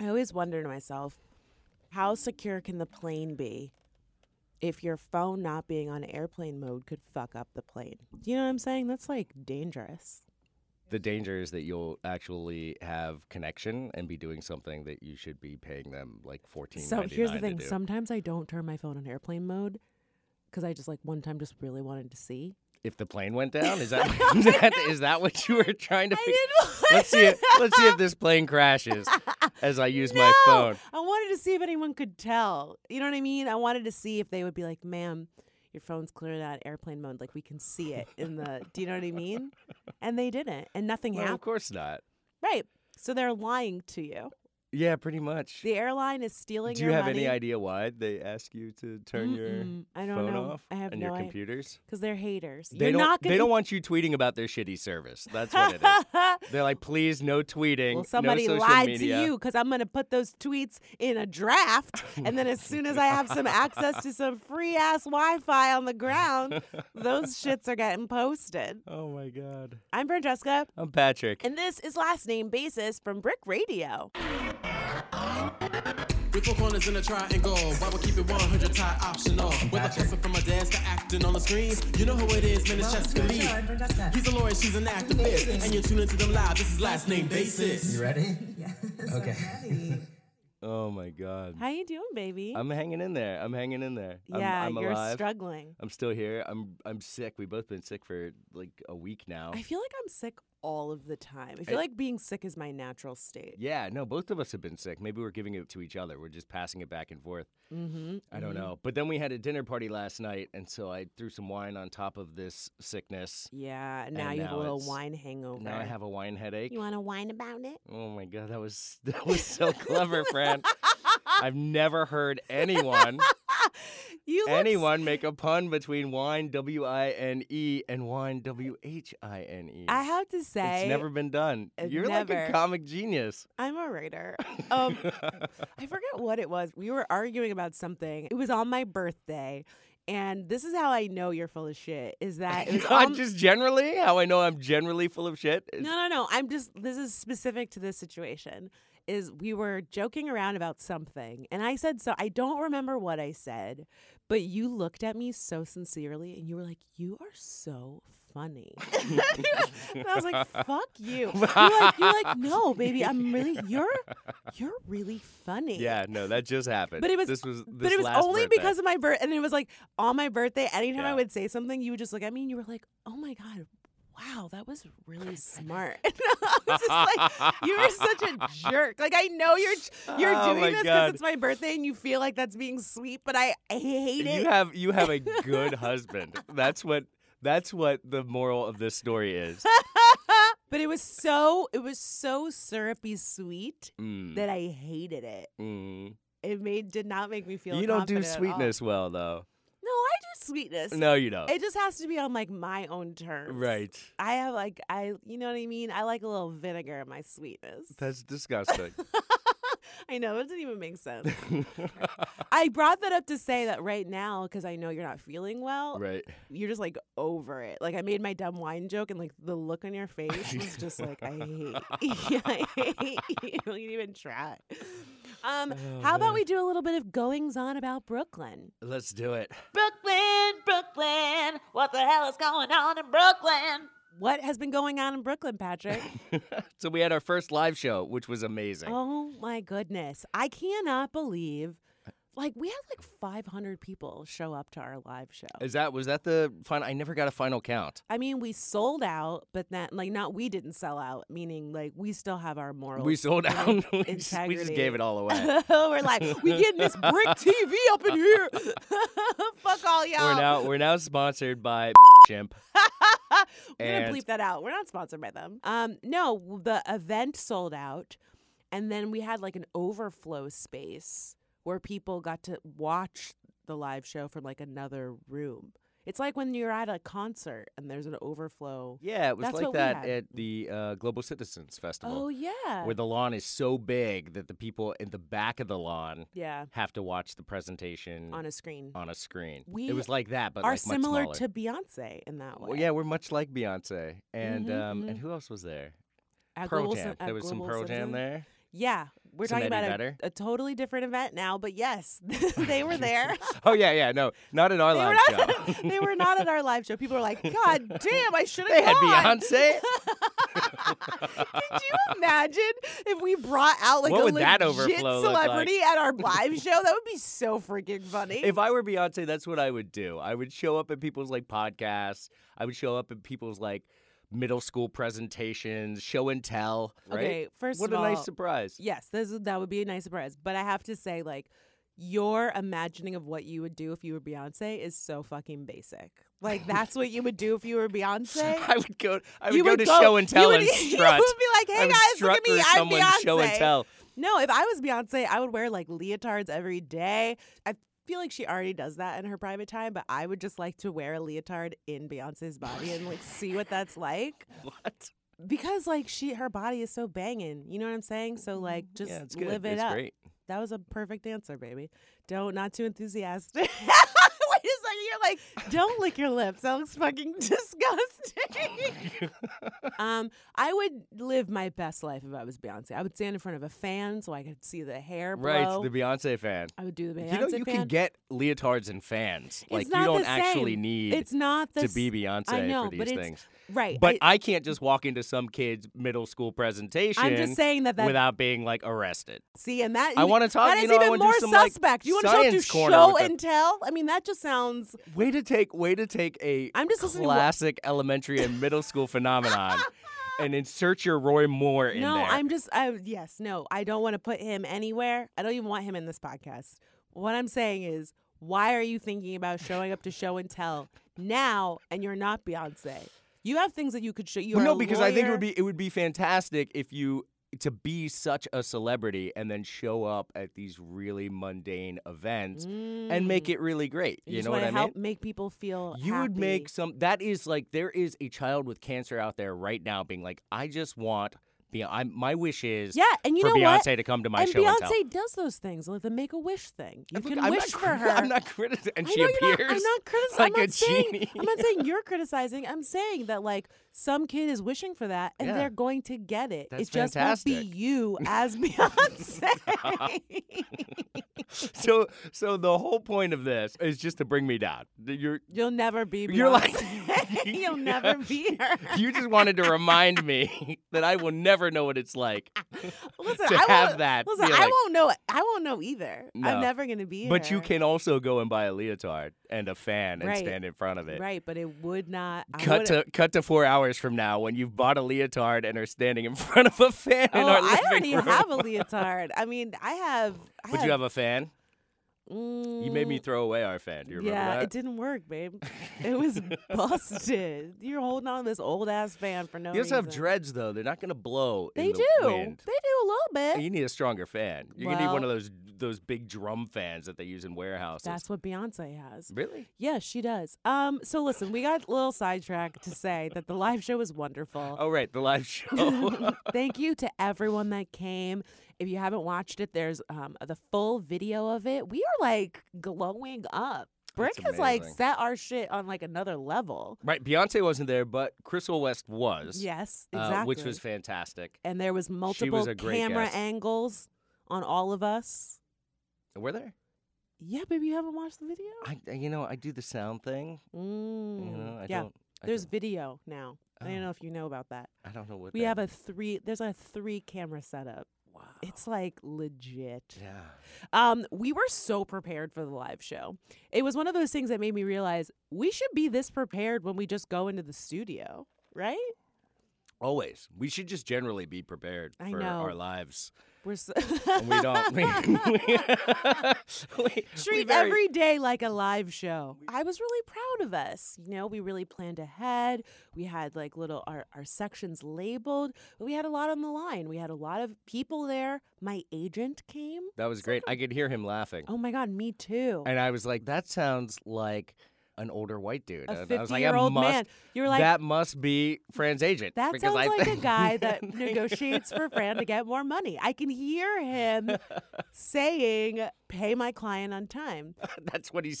I always wonder to myself, how secure can the plane be if your phone not being on airplane mode could fuck up the plane? Do you know what I'm saying? That's like dangerous. The danger is that you'll actually have connection and be doing something that you should be paying them like fourteen. So here's the thing To do. sometimes I don't turn my phone on airplane mode because I just like one time just really wanted to see. if the plane went down, is that is that, is that what you were trying to? figure? Let's see. If, let's see if this plane crashes as I use my No! phone. I wanted to see if anyone could tell. You know what I mean? I wanted to see if they would be like, ma'am, your phone's clearly on airplane mode. Like, we can see it in the. Do you know what I mean? And they didn't. And nothing Well, of happened. course not. Right. So they're lying to you. Yeah, pretty much. The airline is stealing Do you your have money. any idea why they ask you to turn your e Mm-mm. I don't phone know. off I have and no your idea. computers? Because they're haters. They You're don't. not gonna e They don't want you tweeting about their shitty service. That's what it is. They're like, please, no tweeting. Well, somebody no social lied media. to you because I'm going to put those tweets in a draft. And then as soon as I have some access to some free ass Wi Fi on the ground, those shits are getting posted. Oh my god. I'm Francesca, I'm Patrick. and this is Last Name Basis from Brick Radio. With four corners in a triangle, why we keep it 100 tie optional? Whether cussing from a dance to acting on the screens, you know who it is, man, it's Jessica Lee. He's a lawyer, she's an activist, and you're tuning to them live. This is last name basis. You ready? Okay. Oh my god. How you doing, baby? I'm hanging in there. I'm hanging in there. I'm- yeah, I'm, you're alive. struggling. I'm still here. I'm I'm sick. We've both been sick for like a week now. I feel like I'm sick all of the time. I feel I- like being sick is my natural state. yeah, no, both of us have been sick. Maybe we're giving it to each other. We're just passing it back and forth. Mm-hmm. I don't know. But then we had a dinner party last night, and so I threw some wine on top of this sickness. Yeah, now And you have a now little it's- wine hangover. Now I have a wine headache. You want to whine about it? Oh my god, that was that was so clever, Fran. I've never heard anyone you look s- anyone make a pun between wine W I N E and wine W H I N E. I have to say, It's never been done. uh, You're like never. a comic genius. I'm a writer. Um, I forget what it was. We were arguing about something. It was on my birthday, and this is how I know you're full of shit. Is that it was Not on- just generally, how I know I'm generally full of shit. is- No, no, no. I'm just this is specific to this situation. Is we were joking around about something, and I said so. I don't remember what I said, but you looked at me so sincerely, and you were like, "You are so funny." and I was like, "Fuck you." You're like, you're like, "No, baby, I'm really you're you're really funny." Yeah, no, that just happened. But it was, this was this but it was last only birthday. because of my birth, and it was like on my birthday. Anytime I Yeah. would say something, you would just look at me, and you were like, "Oh my god, wow, that was really smart." And I was just like, "You were such a jerk." Like I know you're you're Oh my doing this because God. it's my birthday, and you feel like that's being sweet, but I, I hate it. you have you have a good husband. That's what that's what the moral of this story is. but it was so it was so syrupy sweet Mm, that I hated it. mm. It made did not make me feel. You don't do confident at all. sweetness well though. No, I do sweetness. No, you don't. It just has to be on like my own terms. right. I have like I you know what I mean? I like a little vinegar in my sweetness. That's disgusting. I know, it doesn't even make sense. I brought that up to say that right now, because I know you're not feeling well, right. you're just like over it. Like I made my dumb wine joke and like the look on your face was just like, I hate you. I hate you. You didn't even try. Um, Oh, how about we do a little bit of goings on about Brooklyn? Let's do it. Brooklyn, Brooklyn, what the hell is going on in Brooklyn? What has been going on in Brooklyn, Patrick? so we had our first live show, which was amazing. Oh my goodness. I cannot believe Uh, like we had like 500 people show up to our live show. Is that was that the final? I never got a final count. I mean, we sold out, but that like not we didn't sell out, meaning like we still have our morals. We sold out. and we, just, we just integrity. gave it all away. We're like, we getting this brick TV up in here. Fuck all y'all. We're now we're now sponsored by Chimp. We're gonna And- bleep that out. We're not sponsored by them. Um, no, w- the event sold out, and then we had like an overflow space where people got to watch the live show from like another room. It's like when you're at a concert and there's an overflow. Yeah, it was That's what like we that had. at the uh, Global Citizens Oh Festival, yeah, where the lawn is so big that the people in the back of the lawn yeah, have to watch the presentation on a screen. on a screen. We it was like Mm. Uh, that, but Are like much similar smaller. to Beyonce in that way. Well, yeah, we're much like Beyonce, and Mhm, um, mhm. and who else was there? At Pearl Global Ci- Jam. at there was some Global Pearl Jam Citizen. there. Yeah, We're Somebody talking about a, better? a totally different event now, but yes, they were there. Oh yeah, yeah. No, not in our They were, live not, show. they were not at our live show. People are like, God damn, I should They have had gone. Beyonce. Could you imagine if we brought out like What a would that legit overflow look like? celebrity at our live show? That would be so freaking funny. if I were Beyonce, that's what I would do. I would show up at people's like podcasts. I would show up at people's like middle school presentations, show and tell. Right? Okay, first what of a all, nice surprise. yes, this, that would be a nice surprise. But I have to say, like, your imagining of what you would do if you were Beyonce is so fucking basic. Like, that's what you would do if you were Beyonce. I would go. I would you go would to go- show and tell you would, and you strut. would be like, I "Hey would guys, look strut at me, through I'm someone's Beyonce." show and tell. No, if I was Beyonce, I would wear like leotards every day. I feel like she already does that in her private time, but I would just like to wear a leotard in Beyonce's body and like see what that's like. What? Because like she her body is so banging. You know what I'm saying? So like just Yeah, it's good. live it it's up. great. That was a perfect answer, baby. Don't not too enthusiastic. Wait a second, you're like, don't lick your lips. That looks fucking disgusting. um, I would live my best life if I was Beyonce. I would stand in front of a fan so I could see the hair blow. Right, the Beyonce fan. I would do the Beyonce you know, you fan. can get leotards and fans. It's like not you don't the actually same. need it's not the to be s- Beyonce I know, for these but it's- things. right. But it- I can't just walk into some kid's middle school presentation I'm just saying that that without being like arrested. See, and that I even- wanna talk- That you is know, I even wanna do more some, like, suspect. you want to show up to science corner show with it. and tell? I mean, that just sounds. Way to take way to take a I'm just listening to what- classic elementary and middle school phenomenon and insert your Roy Moore in no, there. I'm just. I, yes, no, I don't want to put him anywhere. I don't even want him in this podcast. What I'm saying is, why are you thinking about showing up to show and tell now? And you're not Beyonce. You have things that you could show. You Well, are no, a because I think it would lawyer. be it would be fantastic if you to be such a celebrity and then show up at these really mundane events and make it really great. You, You, Mm. just know want what to I mean? help make people feel. you would make happy. some that is like there is a child with cancer out there right now being like i just want be i my wish is Yeah, and you for know beyonce what? to come to my and show Beyonce and tell does those things, like the make a wish thing. You Look, can I'm not wish for criti- her. i'm not criticizing and I she know appears You're not, I'm not criticizing. like I'm not a saying, genie I'm not saying you're criticizing. I'm saying that like some kid is wishing for that and Yeah. they're going to get it. That's it just won't fantastic. be you as Beyonce. so so the whole point of this is just to bring me down That you're You'll never be. Beyonce. You're like- You'll never be her. you just wanted to remind me that I will never know what it's like. Listen, to I have won't- that Listen, I feeling. won't know. it. I won't know either. I'm No. never going to be. But you her. can also go and buy a leotard and a fan and Right. stand in front of it. Right, but it would not. I Cut would- to cut to four hours from now when you've bought a leotard and are standing in front of a fan Oh, in our I living already room. have a leotard. I mean, I have. I But you have a fan. mm, You made me throw away our fan. Do you remember yeah, that? it didn't work, babe. It was busted. You're holding on to this old ass fan for no You also reason. have dreads though. They're not gonna blow. they in do. the wind. They do a little bit. You need a stronger fan. You're gonna need one Well- of those those big drum fans that they use in warehouses. That's what Beyonce has. really. Yeah, she does. Um, so listen, we got a little sidetracked to say that the live show was wonderful. Oh right, the live show. Thank you to everyone that came. If you haven't watched it, there's um, the full video of it. We are like glowing up. Brick has like amazing. set our shit on like another level. right, Beyonce wasn't there, but Crystal West was. Yes, uh, exactly. which was fantastic. and there was multiple a great camera guest. angles on all of us. Were there? Yeah, baby, you haven't watched the video. I I- you know I do the sound thing. You Mm. know I yeah, don't. I there's don't, video now. I don't Oh. know if you know about that. I don't know what We that have a three. There's a three camera setup. Wow, it's like legit. Yeah. Um, we were so prepared for the live show. It was one of those things that made me realize we should be this prepared when we just go into the studio, right? Always. We should just generally be prepared I for know. our lives. We're so And we don't. We, we- we treat very- every day like a live show. I was really proud of us. You know, we really planned ahead. We had like little our, our sections labeled. But we had a lot on the line. We had a lot of people there. My agent came. That was great. I could hear him laughing. Oh my god, me too. And I was like, that sounds like an older white A dude. and I was like, 50-year-old that must, man. You were like- that must be Fran's agent. That because sounds I like a think- guy that negotiates for Fran to get more money. I can hear him saying, "Pay my client on time." That's what he's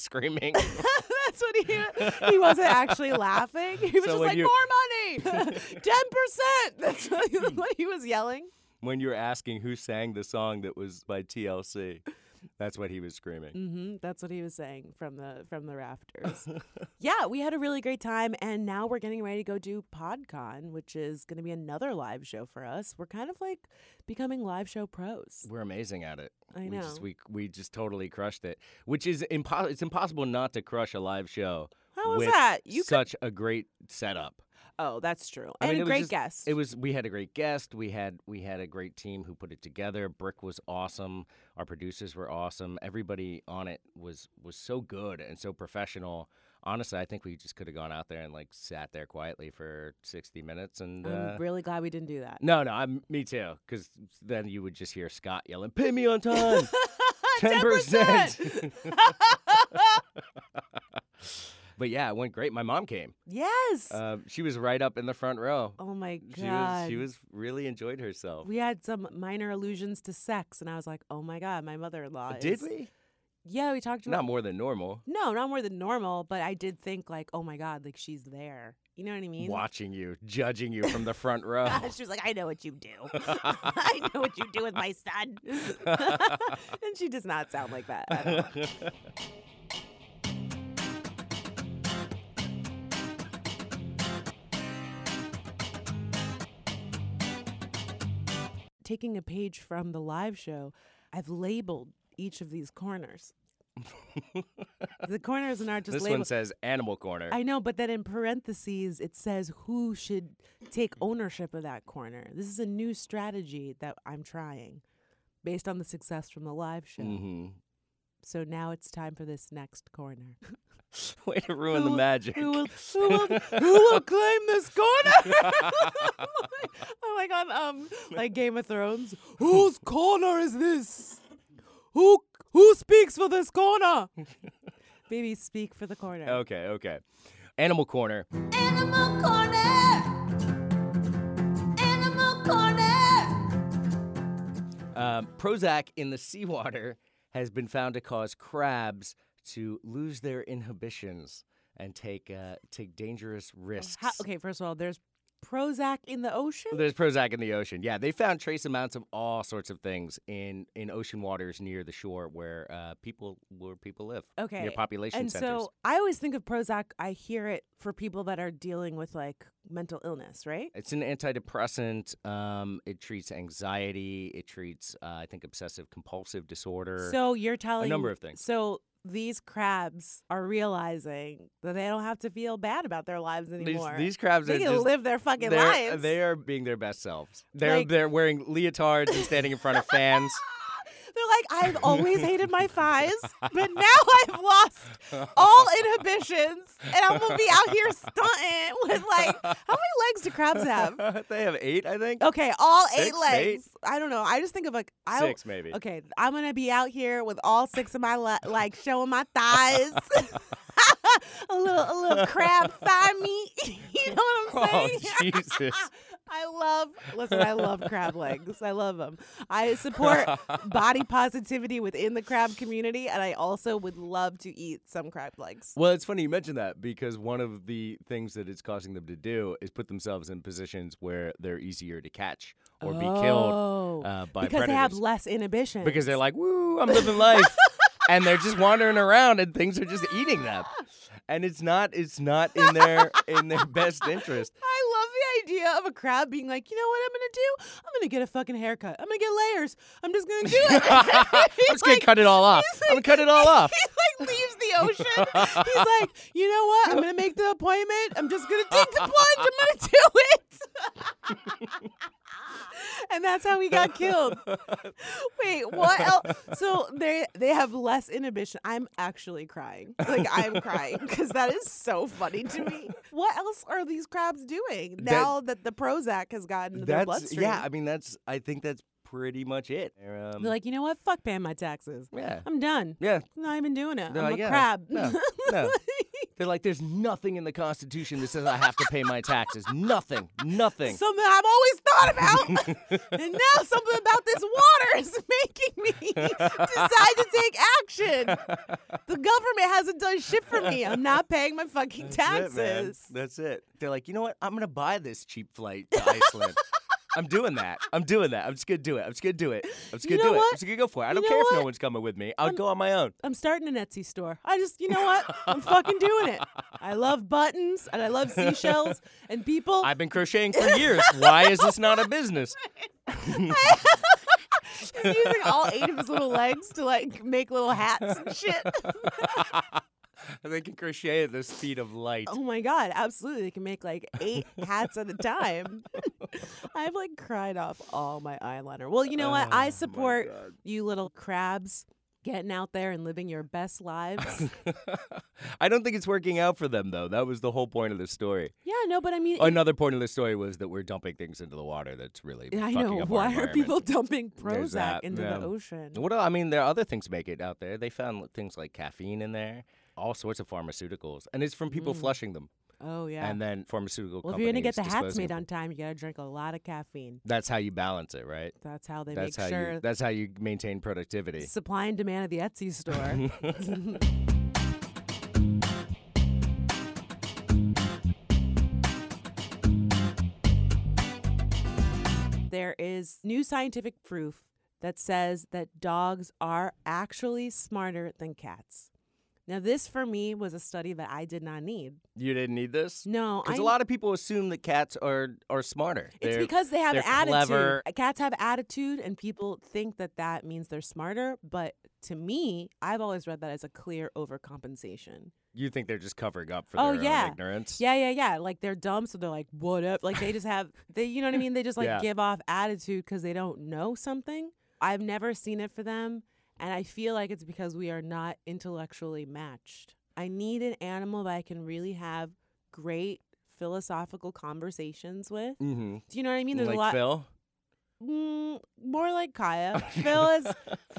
screaming. That's what he he wasn't actually laughing. He was just So when like, you- "More money, ten percent." That's what he was yelling. when you're asking who sang the song that was by TLC. That's what he was screaming. hmm That's what he was saying from the from the rafters. yeah, we had a really great time, and now we're getting ready to go do PodCon, which is going to be another live show for us. We're kind of like becoming live show pros. We're amazing at it. I We just, know. we we just totally crushed it, which is impossible. It's impossible not to crush a live show. How was with that? You could- such a great setup. Oh, that's true. And I mean, it a was great just- guest. It was we had a great guest. We had we had a great team who put it together. Brick was awesome. Our producers were awesome. Everybody on it was was so good and so professional. Honestly, I think we just could have gone out there and like sat there quietly for sixty minutes and. uh, I'm really glad we didn't do that. no, no, I'm me too. Because then you would just hear Scott yelling, "Pay me on time, ten percent." but yeah, it went great. My mom came. Yes. Um, she was right up in the front row. oh my god. She was, she was really enjoyed herself. We had some minor allusions to sex, and I was like, "Oh my god, my mother-in-law." Uh, Did is- we? Yeah, we talked about Not more than normal. No, not more than normal, but I did think like, oh my god, like she's there. You know what I mean? Watching you, judging you from the front row. she was like, I know what you do. I know what you do with my son. and she does not sound like that. at all. Taking a page from the live show, I've labeled each of these corners. the corners and are just this labeled. one says Animal Corner. I know, but then in parentheses it says who should take ownership of that corner. This is a new strategy that I'm trying based on the success from the live show. hmm So now it's time for this next corner. Way to ruin the will- magic. Who will, who will, who will claim this corner? oh my god, um like Game of Thrones. Whose corner is this? Who who speaks for this corner? Baby, speak for the corner. okay, okay. Animal Corner. Animal Corner! Animal Corner! Um, Prozac in the seawater has been found to cause crabs to lose their inhibitions and take uh, take dangerous risks. Oh, How, okay, first of all, there's Prozac in the ocean. There's Prozac in the ocean. Yeah, they found trace amounts of all sorts of things in, in ocean waters near the shore where uh, people where people live. okay, near population and centers. so I always think of Prozac. I hear it for people that are dealing with like mental illness, right? It's an antidepressant. Um, it treats anxiety. It treats, uh, I think, obsessive compulsive disorder. So you're telling number of things. So these crabs are realizing that they don't have to feel bad about their lives these, anymore. these crabs they are can just live their fucking they're, lives. They are being their best selves. They're Like- they're wearing leotards and standing in front of fans. They're like, I've always hated my thighs, but now I've lost all inhibitions, and I'm gonna be out here stunting with like, how many legs do crabs have? they have eight, I think. Okay, all eight Six, eight? legs. I don't know. I just think of like I Six maybe. Okay, I'm gonna be out here with all six of my le- like showing my thighs, a little a little crab thigh meat. you know what I'm Oh saying? Jesus! I love listen. I love crab legs. I love them. I support body positivity within the crab community, and I also would love to eat some crab legs. Well, it's funny you mentioned that because one of the things that it's causing them to do is put themselves in positions where they're easier to catch or be killed Oh, uh, by because predators. they have less inhibition. because they're like, "Woo, I'm living life," and they're just wandering around, and things are just eating them, and it's not it's not in their in their best interest. I love the idea of a crab being like, you know what I'm gonna do? I'm gonna get a fucking haircut. I'm gonna get layers. I'm just gonna do it. I'm just gonna cut it all off. I'm gonna cut it all off. he like leaves the ocean. He's like, you know what? I'm gonna make the appointment. I'm just gonna take the plunge. I'm gonna do it. and that's how we got killed. Wait, what else? So they they have less inhibition. I'm actually crying. Like I'm crying because that is so funny to me. What else are these crabs doing now that, the Prozac has gotten into their That's bloodstream? yeah. I mean, that's I think that's pretty much it. They're, um, They're like, you know what? Fuck paying my taxes. yeah, I'm done. yeah. I'm not even doing it. They're I'm like, a yeah, crab. no, no. They're like, there's nothing in the Constitution that says I have to pay my taxes. Nothing, nothing. something I've always thought about. and now something about this water is making me decide to take action. The government hasn't done shit for me. I'm not paying my fucking That's it, man. taxes. That's it. They're like, you know what? I'm gonna buy this cheap flight to Iceland. I'm doing that. I'm doing that. I'm just gonna do it. I'm just gonna do it. I'm just You gonna know do it. what? I'm just gonna go for it. I You don't know care if no what? one's coming with me. I'll I'm- go on my own. I'm starting an Etsy store. I just, you know what? I'm fucking doing it. I love buttons and I love seashells and people. I've been crocheting for years. Why is this not a business? He's using all eight of his little legs to like make little hats and shit. They can crochet at the speed of light. oh my god, absolutely! They can make like eight hats at a time. I've like cried off all my eyeliner. Well, you know what? Oh I support you, little crabs, getting out there and living your best lives. I don't think it's working out for them though. That was the whole point of the story. yeah, no, but I mean, it- Another point of the story was that we're dumping things into the water. That's really I fucking know. Up our Why are environment. people dumping Prozac There's that, into yeah. the ocean? What el- I mean, there are other things make it out there. They found li- things like caffeine in there, all sorts of pharmaceuticals, and it's from people flushing them, Oh Mm. yeah. and then pharmaceutical. well, if you're gonna get companies the hats disposing made of on them. time, you gotta drink a lot of caffeine. that's how you balance it, right? That's how they That's how make sure you. That's how you maintain productivity. supply and demand of the Etsy store. there is new scientific proof that says that dogs are actually smarter than cats. Now, this for me was a study that I did not need. You didn't need this. No, because I- a lot of people assume that cats are are smarter. It's They're- because they have they're attitude. Clever. Cats have attitude, and people think that that means they're smarter. But to me, I've always read that as a clear overcompensation. You think they're just covering up for Oh, their yeah. own ignorance. Yeah, yeah, yeah. Like they're dumb, so they're like, "What up?" Like they just have they, you know what I mean? They just like Yeah. give off attitude because they don't know something. I've never seen it for them, and I feel like it's because we are not intellectually matched. I need an animal that I can really have great philosophical conversations with. Mm-hmm. Do you know what I mean? There's like a lot. Phil. Mm, more like Kaya. Phil is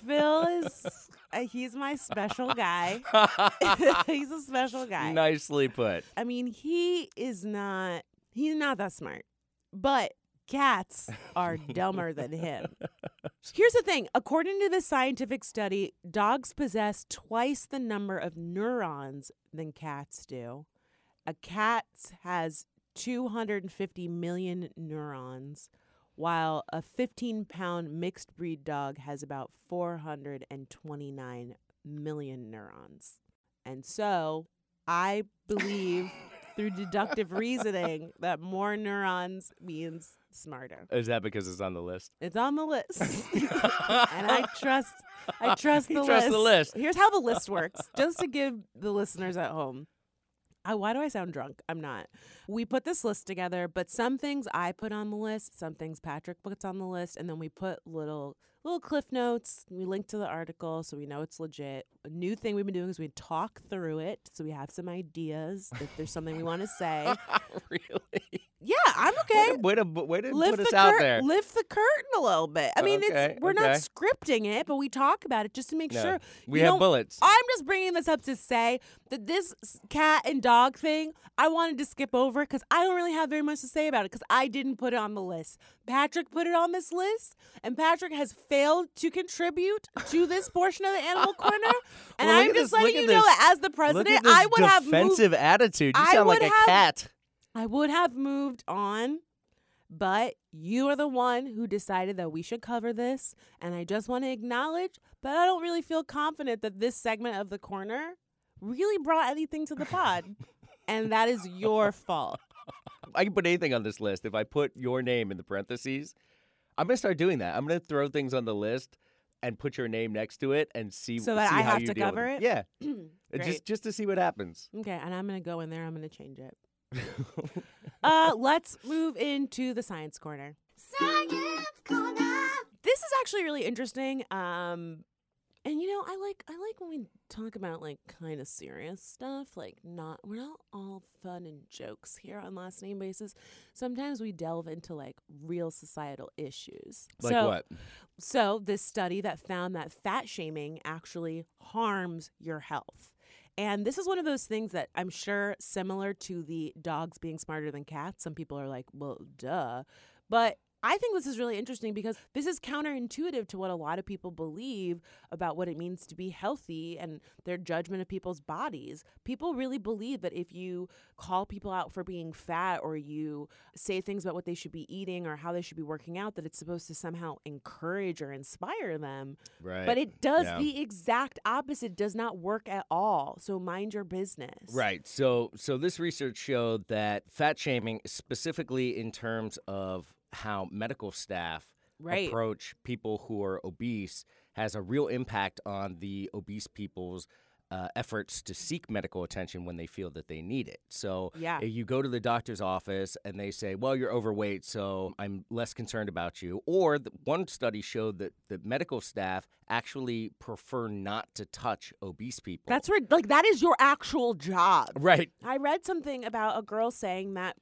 Phil is uh, he's my special guy. he's a special guy. Nicely put. I mean, he is not he's not that smart. But cats are dumber than him. Here's the thing, according to this scientific study, dogs possess twice the number of neurons than cats do. A cat has 250 million neurons, while a 15 pound mixed breed dog has about 429 million neurons. And so I believe through deductive reasoning that more neurons means smarter. Is that because it's on the list? It's on the list. and I trust I trust He the trusts list. the list. Here's how the list works, just to give the listeners at home. I, why do I sound drunk? I'm not. We put this list together, but some things I put on the list, some things Patrick puts on the list, and then we put little little cliff notes. We link to the article so we know it's legit. A new thing we've been doing is we talk through it, so we have some ideas if there's something we want to say. really? yeah, I'm okay Way to, way to lift put us the out cur- there. lift the curtain a little bit. I mean, Okay, it's we're not okay. scripting it, but we talk about it just to make No, sure we you have don't- bullets. I'm just bringing this up to say that this s- cat and dog thing I wanted to skip over because I don't really have very much to say about it because I didn't put it on the list. Patrick put it on this list, and Patrick has failed to contribute to this portion of the animal corner. And Well, look I'm just at this- letting look you at know this- that as the Look at president, this I would have moved defensive attitude. You I sound like would a have- cat. I would have moved on, but you are the one who decided that we should cover this. And I just want to acknowledge that I don't really feel confident that this segment of the corner really brought anything to the pod. and that is your fault. I can put anything on this list if I put your name in the parentheses. I'm gonna start doing that. I'm gonna throw things on the list and put your name next to it and see So that see I how have you to deal with cover it? Yeah, Great. just just to see what happens. okay, and I'm going to go in there, I'm going to change it. uh, let's move into the science corner. Science corner. this is actually really interesting um and you know i like i like when we talk about like kind of serious stuff like not we're not all fun and jokes here on last name basis sometimes we delve into like real societal issues Like so, what? so this study that found that fat shaming actually harms your health and this is one of those things that I'm sure similar to the dogs being smarter than cats. Some people are like, well, duh. But I think this is really interesting because this is counterintuitive to what a lot of people believe about what it means to be healthy and their judgment of people's bodies. People really believe that if you call people out for being fat or you say things about what they should be eating or how they should be working out, that it's supposed to somehow encourage or inspire them. Right. But it does Yeah. the exact opposite, does not work at all. So mind your business. Right. So so this research showed that fat shaming specifically in terms of how medical staff Right. approach people who are obese has a real impact on the obese people's uh, efforts to seek medical attention when they feel that they need it. So Yeah. if you go to the doctor's office and they say, "Well, you're overweight, so I'm less concerned about you," or the, one study showed that the medical staff actually prefer not to touch obese people. That's where, like, that is your actual job. right. I read something about a girl saying that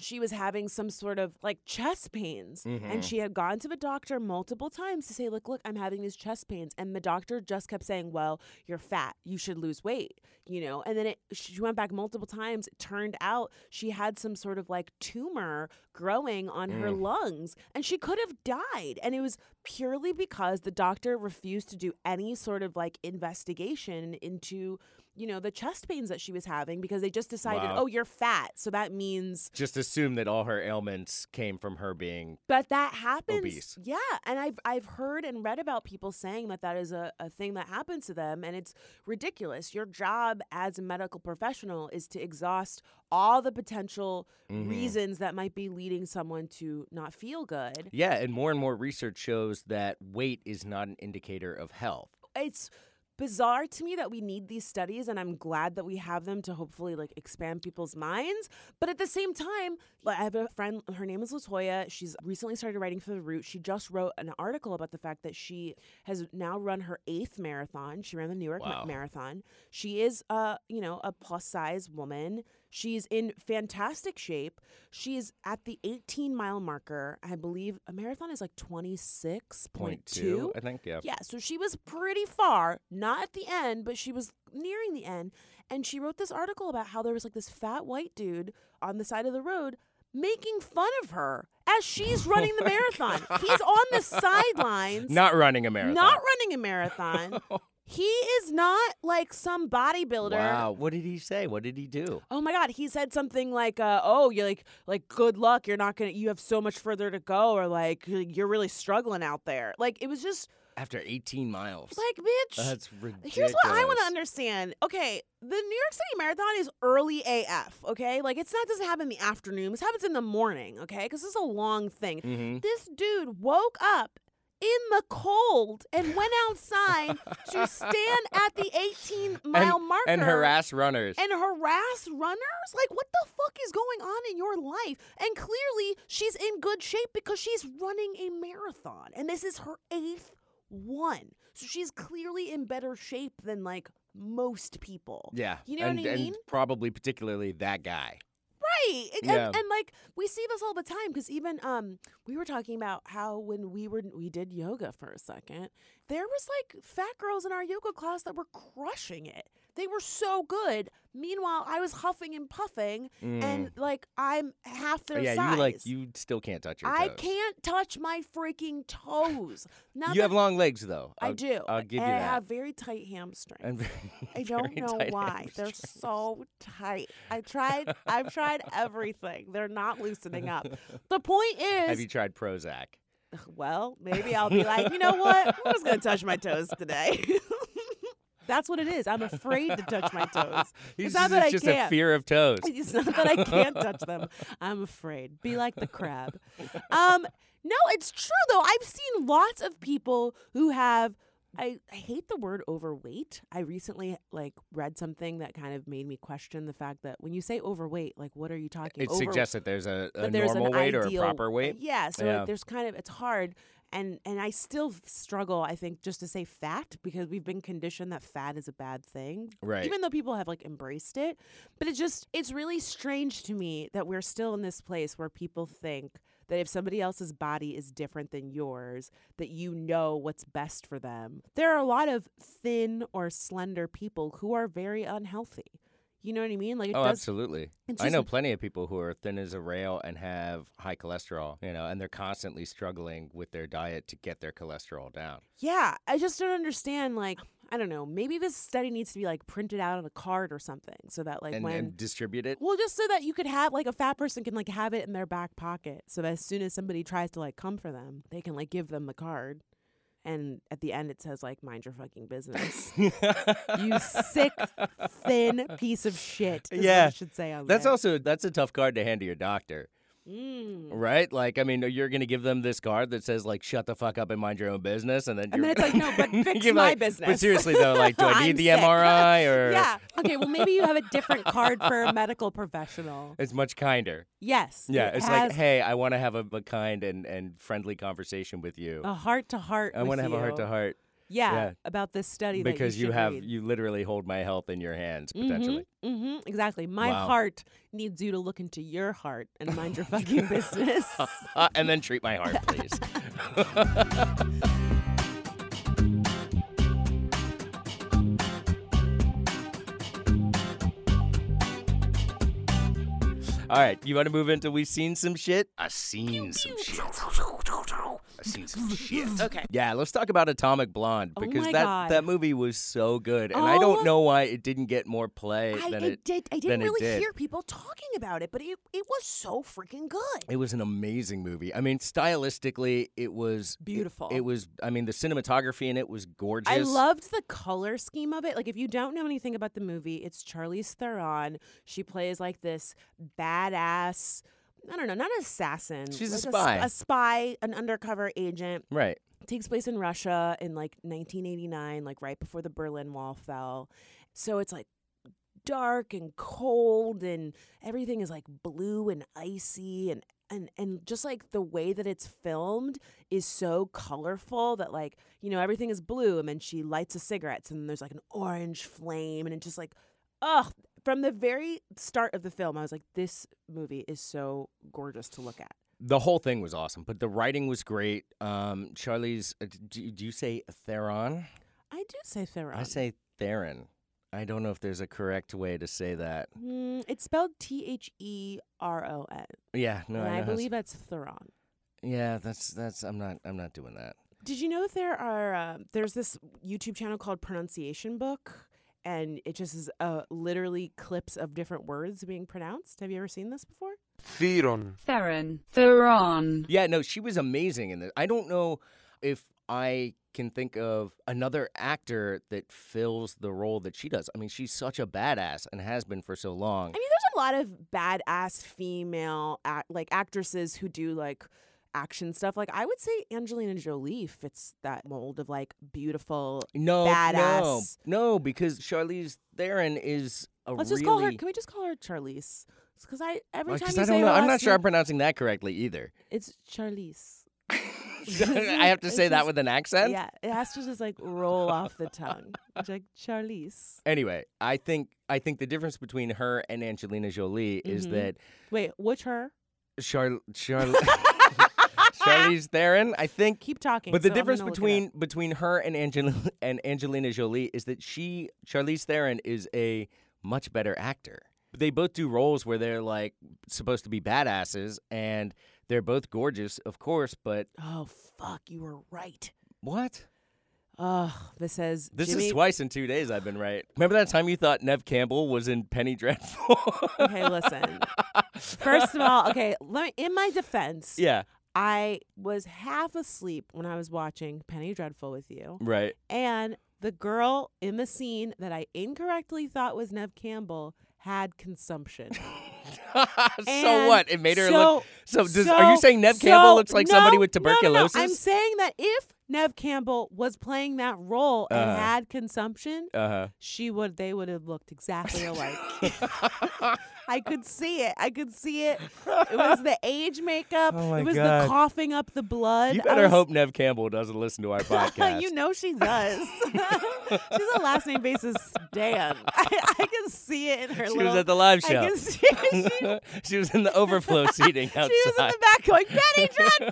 she was having some sort of like chest pains and she had gone to the doctor multiple times to say look look I'm having these chest pains and the doctor just kept saying well you're fat you should lose weight you know and then it she went back multiple times it turned out she had some sort of like tumor growing on her lungs and she could have died and it was purely because the doctor refused to do any sort of like investigation into you know the chest pains that she was having because they just decided Wow. oh you're fat so that means just assume that all her ailments came from her being but that happens Obese. yeah and i've i've heard and read about people saying that that is a, a thing that happens to them and it's ridiculous your job as a medical professional is to exhaust all the potential reasons that might be leading someone to not feel good yeah and more and more research shows that weight is not an indicator of health it's bizarre to me that we need these studies and i'm glad that we have them to hopefully like expand people's minds but at the same time like, i have a friend her name is latoya she's recently started writing for the root she just wrote an article about the fact that she has now run her eighth marathon she ran the new york Ma- Wow. marathon she is a you know a plus size woman she's in fantastic shape she's at the 18 mile marker i believe a marathon is like 26.2 point two i think yeah, yeah, so she was pretty far, not at the end, but she was nearing the end. And she wrote this article about how there was like this fat white dude on the side of the road making fun of her as she's running the marathon. He's on the sidelines, Oh not running a marathon not running a marathon. he is not like some bodybuilder. wow what did he say what did he do Oh my God, he said something like, uh, "Oh, you're like, like, good luck. You're not gonna. You have so much further to go, or like, you're really struggling out there." Like, it was just after 18 miles like, bitch. that's ridiculous Here's what I want to understand. Okay, the New York City Marathon is early AF. Okay, like it's not doesn't happen in the afternoon. This happens in the morning. Okay, because it's a long thing. Mhm. This dude woke up in the cold and went outside to stand at the 18 mile marker and harass runners and harass runners? Like, what the fuck is going on in your life? And clearly, she's in good shape because she's running a marathon, and this is her eighth one. So she's clearly in better shape than like most people. yeah You know and, what I and mean? probably particularly that guy Right. And, and- Yeah. and, like we see this all the time because even um we were talking about how when we were we did yoga for a second, there was like fat girls in our yoga class that were crushing it. They were so good. Meanwhile, I was huffing and puffing, and like I'm half their Mm. Oh, yeah size. you like you still can't touch your I toes. can't touch my freaking toes. Not you that have long legs though I I'll- do. i'll give you and I that have very tight hamstrings. And I very don't know tight why. They're hamstrings. so tight. I tried I've tried everything. They're not loosening up. The point have is you tried prozac well, maybe I'll be like, you know what? I'm just gonna touch my toes today. That's what it is. I'm afraid to touch my toes. He's it's not that I just can't. a fear of toes. It's not that I can't touch them. I'm afraid. Be like the crab. Um, no, it's true though. I've seen lots of people who have. I, I hate the word overweight. I recently like read something that kind of made me question the fact that when you say overweight, like what are you talking? It over- suggests that there's a, a that there's normal an weight or a ideal- proper weight. Yeah, so Yeah. Like, there's kind of it's hard, and and I still f- struggle. I think just to say fat because we've been conditioned that fat is a bad thing, Right. Even though people have like embraced it, but it's just it's really strange to me that we're still in this place where people think that if somebody else's body is different than yours, that you know what's best for them. There are a lot of thin or slender people who are very unhealthy. You know what I mean? Like it oh, does absolutely. it's I know just- plenty of people who are thin as a rail and have high cholesterol, you know, and they're constantly struggling with their diet to get their cholesterol down. Yeah, I just don't understand. Like, I don't know. Maybe this study needs to be like printed out on a card or something, so that like and, when and distribute it. well, just so that you could have like a fat person can like have it in their back pocket, so that as soon as somebody tries to like come for them, they can like give them the card, and at the end it says like mind your fucking business. you sick, thin piece of shit. Is what Yeah. it should say on That's there. also that's a tough card to hand to your doctor, Mm. right? Like, I mean, you're gonna give them this card that says like "shut the fuck up and mind your own business," and then And then you're- it's like, no, but fix You're my like, But business." seriously though, like, do I I'm need the sick. MRI or? Yeah. Okay. Well, maybe you have a different card for a medical professional. It's much kinder. Yes. Yeah, it it's has like, hey, I want to have a, a kind and, and friendly conversation with you. a heart to heart. I want to have a heart to heart Yeah, Yeah. about this study that because you should have read. you literally hold my health in your hands potentially. hmm exactly. My Wow. heart needs you to look into your heart and mind your fucking business. Uh, and then treat my heart, please. All right, you want to move into we've seen some shit? I've seen some shit. I've seen some shit. Okay. Yeah, let's talk about Atomic Blonde Oh because my that God. that movie was so good, and I Oh. don't know why it didn't get more play I, than I it did. I than didn't it really did. hear people talking about it, but it it was so freaking good. It was an amazing movie. I mean, stylistically, it was it- Beautiful. It, was. I mean, the cinematography in it was gorgeous. I loved the color scheme of it. Like, if you don't know anything about the movie, it's Charlize Theron. She plays like this badass. I don't know, not an assassin. She's a like sp- spy. a spy, an undercover agent. Right. takes place in Russia in like 1989, like right before the Berlin Wall fell. So it's like dark and cold and everything is like blue and icy and and and just like the way that it's filmed is so colorful that like you know everything is blue and then she lights a cigarette and then there's like an orange flame and it's just like ugh from the very start of the film I was like this movie is so gorgeous to look at The whole thing was awesome, but the writing was great. Um, Charlie's. Uh, d- do, do you say Theron? I do say Theron I say Theron. I don't know if there's a correct way to say that. Mm, it's spelled T H E R O N. Yeah. No. and I, know I that's- believe that's Theron. Yeah. That's that's. I'm not. I'm not doing that. Did you know that there are uh, there's this YouTube channel called Pronunciation Book, and it just is uh, literally clips of different words being pronounced. Have you ever seen this before? Theron. Theron, Theron. Yeah, no, she was amazing in this. I don't know if I can think of another actor that fills the role that she does. I mean, she's such a badass and has been for so long. I mean, there's a lot of badass female act- like actresses who do like action stuff. Like I would say Angelina Jolie fits that mold of like beautiful. no, badass. no, no, because Charlize Theron is a Let's really. just call her. Can we just call her Charlize? Because I every Well, time 'cause you I say don't know. her I'm not last sure I'm name- pronouncing that correctly either. it's Charlize. I have to It's say that just- with an accent. Yeah, it has to just like roll off the tongue. It's like Charlize. Anyway, I think I think the difference between her and Angelina Jolie is Mhm. that Wait, which her? Char Char Charlize Theron, I think Keep talking. But the so I'm difference gonna look it up. between between her and Angel and Angelina Jolie is that she Charlize Theron is a much better actor. They both do roles where they're like supposed to be badasses and they're both gorgeous, of course, but oh fuck, you were right. what? Oh, this says This Jimmy- is twice in 2 days I've been right. Remember that time you thought Nev Campbell was in Penny Dreadful? Okay, listen. First of all, okay, let me, in my defense, yeah, I was half asleep when I was watching Penny Dreadful with you, right. and the girl in the scene that I incorrectly thought was Nev Campbell had consumption. so what? It made her look So, does, are you so- saying Nev Campbell so- looks like no, somebody with no, no, no. tuberculosis? I'm saying that if Nev Campbell was playing that role and Uh-huh. had consumption, uh-huh. she would they would have looked exactly alike. I could see it. I could see it. It was the age makeup. Oh my it was the God. coughing up the blood. You I better was- hope Nev Campbell doesn't listen to our podcast. you know she does. She's a last name basis Dan. I, I can see it in her she little was at the live I show. can see it. She she was in the overflow seating outside. She was in the back going,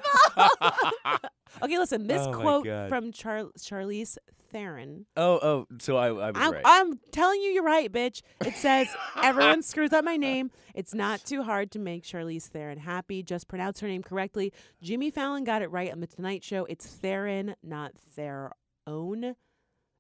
Betty Dreadful. okay, listen. This Oh my quote God. from Char- Charlize Theron. Oh, oh, so I, I was I'm, right. I'm telling you, you're right, bitch. It says everyone screws up my name. It's not too hard to make Charlize Theron happy. Just pronounce her name correctly. Jimmy Fallon got it right on the Tonight Show. It's Theron, not Theron.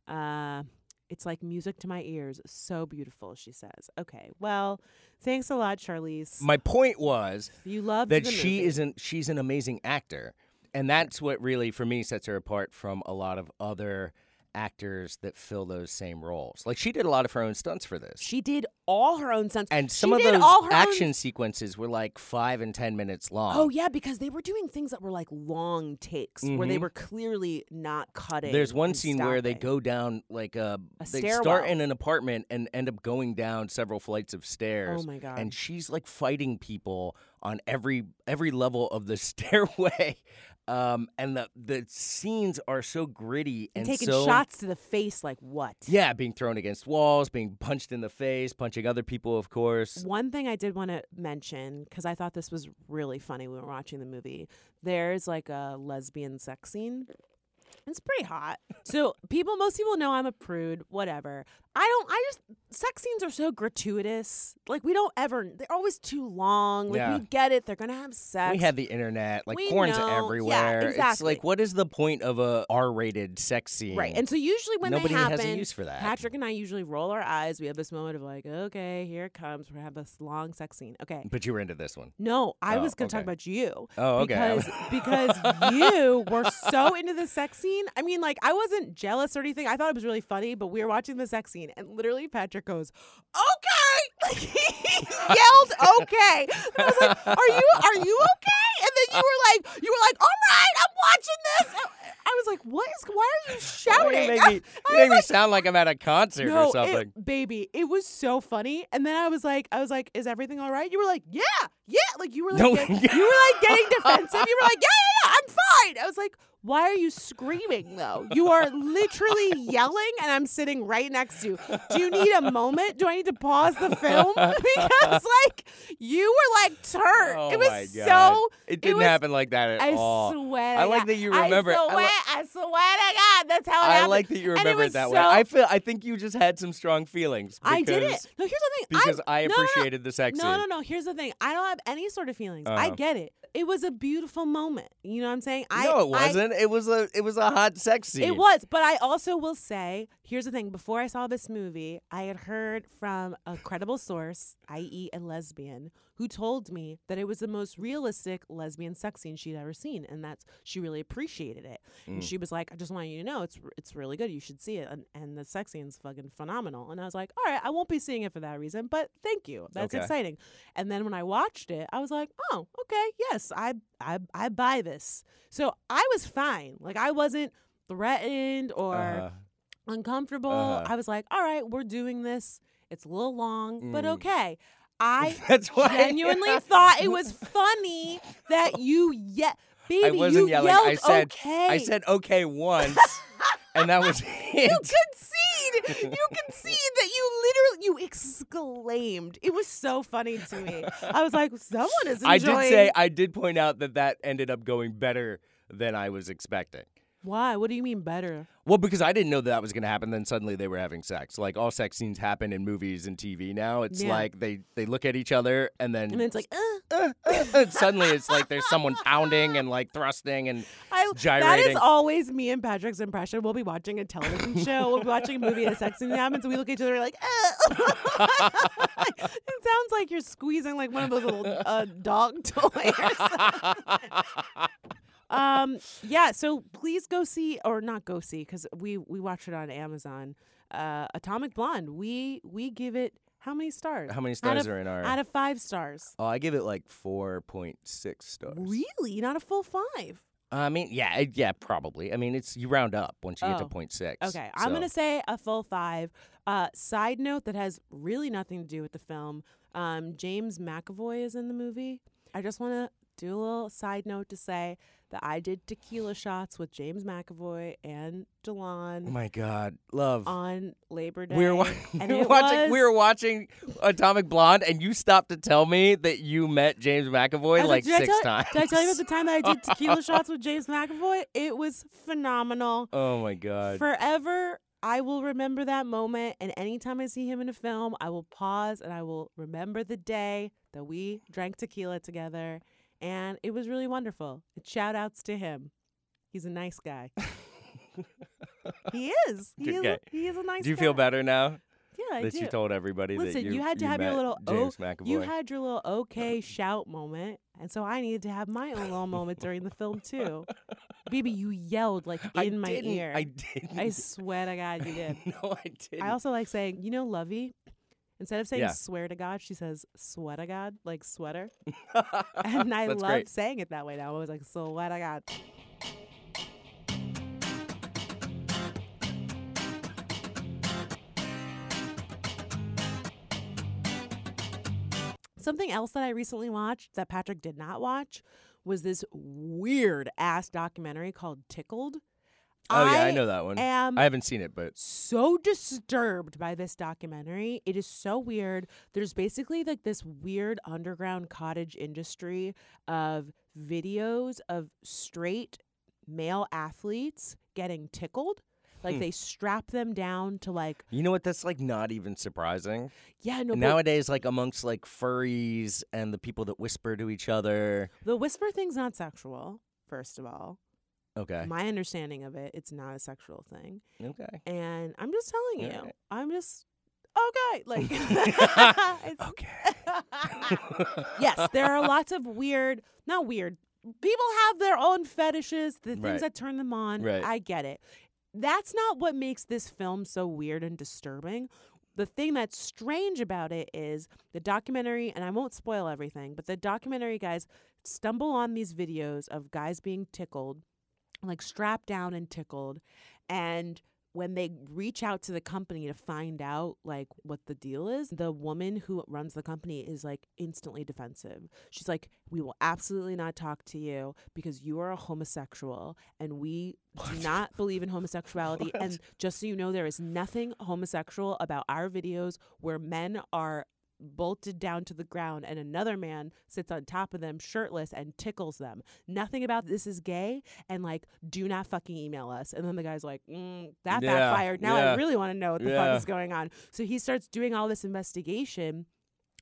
Uh, it's like music to my ears. So beautiful, she says. Okay, well, thanks a lot, Charlize. My point was you loved that the she movie. isn't. She's an amazing actor, and that's what really, for me, sets her apart from a lot of other actors that fill those same roles. Like she did a lot of her own stunts for this. She did all her own stunts, and She some of did those all her own action sequences were like five and ten minutes long. Oh yeah, because they were doing things that were like long takes where they Mhm. were clearly not cutting. There's one and scene where they stopping. go down like a, A they stairwell. start in an apartment and end up going down several flights of stairs. Oh my god! And she's like fighting people on every every level of the stairway. Um, and the the scenes are so gritty and and, taking so shots to the face, like what? Yeah, being thrown against walls, being punched in the face, punching other people, of course. One thing I did want to mention because I thought this was really funny when we were watching the movie. There's like a lesbian sex scene. It's pretty hot. So people, most people know I'm a prude. Whatever. I don't. I just sex scenes are so gratuitous. Like we don't ever. They're always too long. Like Yeah. we get it. They're gonna have sex. We had the internet, like We porn's know- yeah, everywhere. It's exactly. like, what is the point of a R-rated sex scene? Right. And so usually when Nobody they happen, has a use for that. Patrick and I usually roll our eyes. We have this moment of like, okay, here it comes. We're gonna have this long sex scene. Okay. but you were into this one. No, I Oh, was gonna talk okay. about you. Oh, okay. I Because because you were so into the sex scene. I mean, like I wasn't jealous or anything. I thought it was really funny, but we were watching the sex scene and literally Patrick goes, Okay. Like he yelled, Okay. And I was like, Are you are you okay? And then you were like, you were like, All right, I'm watching this. I- I was like, What is why are you Why do shouting? You make me, I you make was me like, sound like I'm at a concert no, or something. It, baby, it was so funny. And then I was like, I was like, is everything all right? You were like, yeah, yeah. Like you were like, No, getting, yeah. you were like getting defensive. You were like, yeah, yeah, yeah, I'm fine. I was like, why are you screaming though? You are literally yelling, and I'm sitting right next to you. Do you need a moment? Do I need to pause the film because like you were like turned. oh it was my God. so. It didn't was- happen like that at I all. swear. I to like God. that you remember- I I li- swear, I, swear to God, that's how it I happened. like that you And it remember it, was that way. so- I feel. I think you just had some strong feelings. Because, I did it. No, here's the thing. because I, I, no, no, no. appreciated the sex No, scene. no, no. Here's the thing. I don't have any sort of feelings. I Uh-huh. get it. It was a beautiful moment. You know what I'm saying? I, No, it I- wasn't. it was a. It was a hot sex scene. it was, but I also will say, here's the thing. Before I saw this movie, I had heard from a credible source, i.e., a lesbian, who told me that it was the most realistic lesbian sex scene she'd ever seen, and that's she really appreciated it. And she was like, "I just want you to know, it's r- it's really good. You should see it, and, and the sex scene's fucking phenomenal." And I was like, "All right, I won't be seeing it for that reason, but thank you. That's Okay. exciting." And then when I watched it, I was like, "Oh, okay, yes, I I I buy this." So I was fine. Like I wasn't threatened or Uh-huh. uncomfortable. Uh-huh. I was like, all right, we're doing this. It's a little long, but Mm. okay. I That's why genuinely thought it was funny that you yet baby I wasn't you yelling. yelled I said. okay. I said okay once, and that was it. you concede. You concede that you literally you exclaimed. It was so funny to me. I was like, someone is enjoying. I did say. I did point out that that ended up going better than I was expecting. why? What do you mean better? Well, because I didn't know that, that was going to happen. Then suddenly they were having sex. Like all sex scenes happen in movies and TV now. It's Yeah. like they they look at each other and then And it's like, uh, and suddenly it's like there's someone pounding and like thrusting and I, That is Gyrating. always me and Patrick's impression. We'll be watching a television show. We'll be watching a movie and a sex scene happens, and we look at each other like, "Uh." it sounds like you're squeezing like one of those little uh, dog toys. um, yeah. So please go see, or not go see, because we we watch it on Amazon. Uh, Atomic Blonde. We we give it how many stars? how many Out stars of, are in our? out of five stars? oh, I give it like four point six stars. Really? Not a full five. I mean, yeah, I- yeah, probably. I mean, it's you round up once you get to Oh. point six. Okay, I'm gonna so- say a full five. Uh, side note that has really nothing to do with the film. Um, James McAvoy is in the movie. I just want to do a little side note to say that I did tequila shots with James McAvoy and Delon Oh my God, love. on Labor Day. we were, wa- and we were it watching. was- We were watching Atomic Blonde, and you stopped to tell me that you met James I McAvoy was like did I six tell- times. Did I tell you about the time that I did tequila shots with James McAvoy? It was phenomenal. oh my God. Forever, I will remember that moment. And anytime I see him in a film, I will pause and I will remember the day that we drank tequila together. And it was really wonderful. And shout outs to him. He's a nice guy. he is. He, is, a, Okay. he is a nice do you feel guy. better now Yeah, I that do. you told everybody that Listen, you, you had to have your met little oh- James McAvoy? You had your little okay shout moment, and so I needed to have my own little moment during the film too. Baby, you yelled like in I my didn't, ear. I didn't. I swear to God, you did. no, I didn't. I also like saying, you know, Lovey. Instead of saying Yeah. swear to God, she says swear to God, like sweater. And I That's love great. saying it that way now. I was like, swear to God. Something else that I recently watched that Patrick did not watch was this weird ass documentary called Tickled. oh yeah, I know that one. am I haven't seen it, but so disturbed by this documentary. It is so weird. There's basically like this weird underground cottage industry of videos of straight male athletes getting tickled. Hmm. Like they strap them down to like, you know what? That's like not even surprising. yeah, no, but Nowadays, like amongst like furries and the people that whisper to each other. the whisper thing's not sexual, first of all. Okay. My understanding of it, it's not a sexual thing. okay. And I'm just telling you, Alright. I'm just okay. Like, it's- Okay. yes, there are lots of weird, not weird. People have their own fetishes, the things Right. that turn them on. Right. I get it. That's not what makes this film so weird and disturbing. The thing that's strange about it is the documentary, and I won't spoil everything, but the documentary guys stumble on these videos of guys being tickled, like strapped down and tickled. And when they reach out to the company to find out like what the deal is the woman who runs the company is like instantly defensive she's like we will absolutely not talk to you because you are a homosexual and we do not believe in homosexuality and just so you know there is nothing homosexual about our videos where men are bolted down to the ground and another man sits on top of them shirtless and tickles them nothing about this is gay and like do not fucking email us and then the guy's like mm, that Yeah, backfired now i yeah. really want to know what the Yeah. fuck is going on so he starts doing all this investigation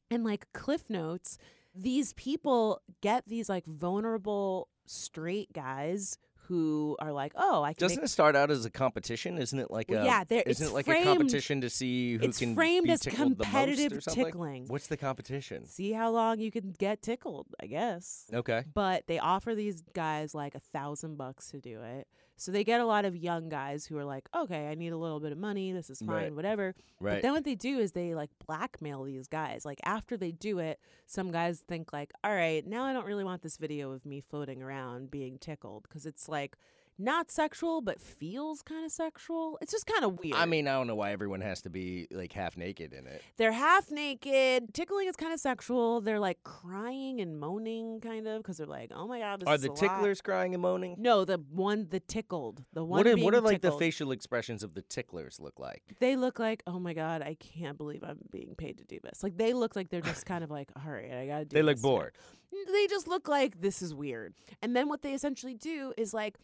and like cliff notes these people get these like vulnerable straight guys who are like oh i can make Doesn't it start out as a competition? Isn't it like Well, a yeah, there- it's isn't it like framed- a competition to see who it's can framed be as tickled the most competitive or something? tickling. What's the competition? see how long you can get tickled i guess Okay. but they offer these guys like a thousand bucks to do it. So they get a lot of young guys who are like, okay, I need a little bit of money. This is fine, Right. whatever. But Right. then what they do is they like blackmail these guys. Like after they do it, some guys think like, all right, now I don't really want this video of me floating around being tickled because it's like not sexual but feels kind of sexual. It's just kind of weird. I mean, I don't know why everyone has to be like half naked in it. They're half naked. Tickling is kind of sexual. They're like crying and moaning, kind of, because they're like, "Oh my god, this Are is a the lot." ticklers crying and moaning? No, the one, the tickled, the one. what are being what are like the tickled. facial expressions of the ticklers look like? They look like, oh my god, I can't believe I'm being paid to do this. Like they look like they're just kind of like, all right, I gotta do. They look this now." bored. N- They just look like this is weird. And then what they essentially do is like,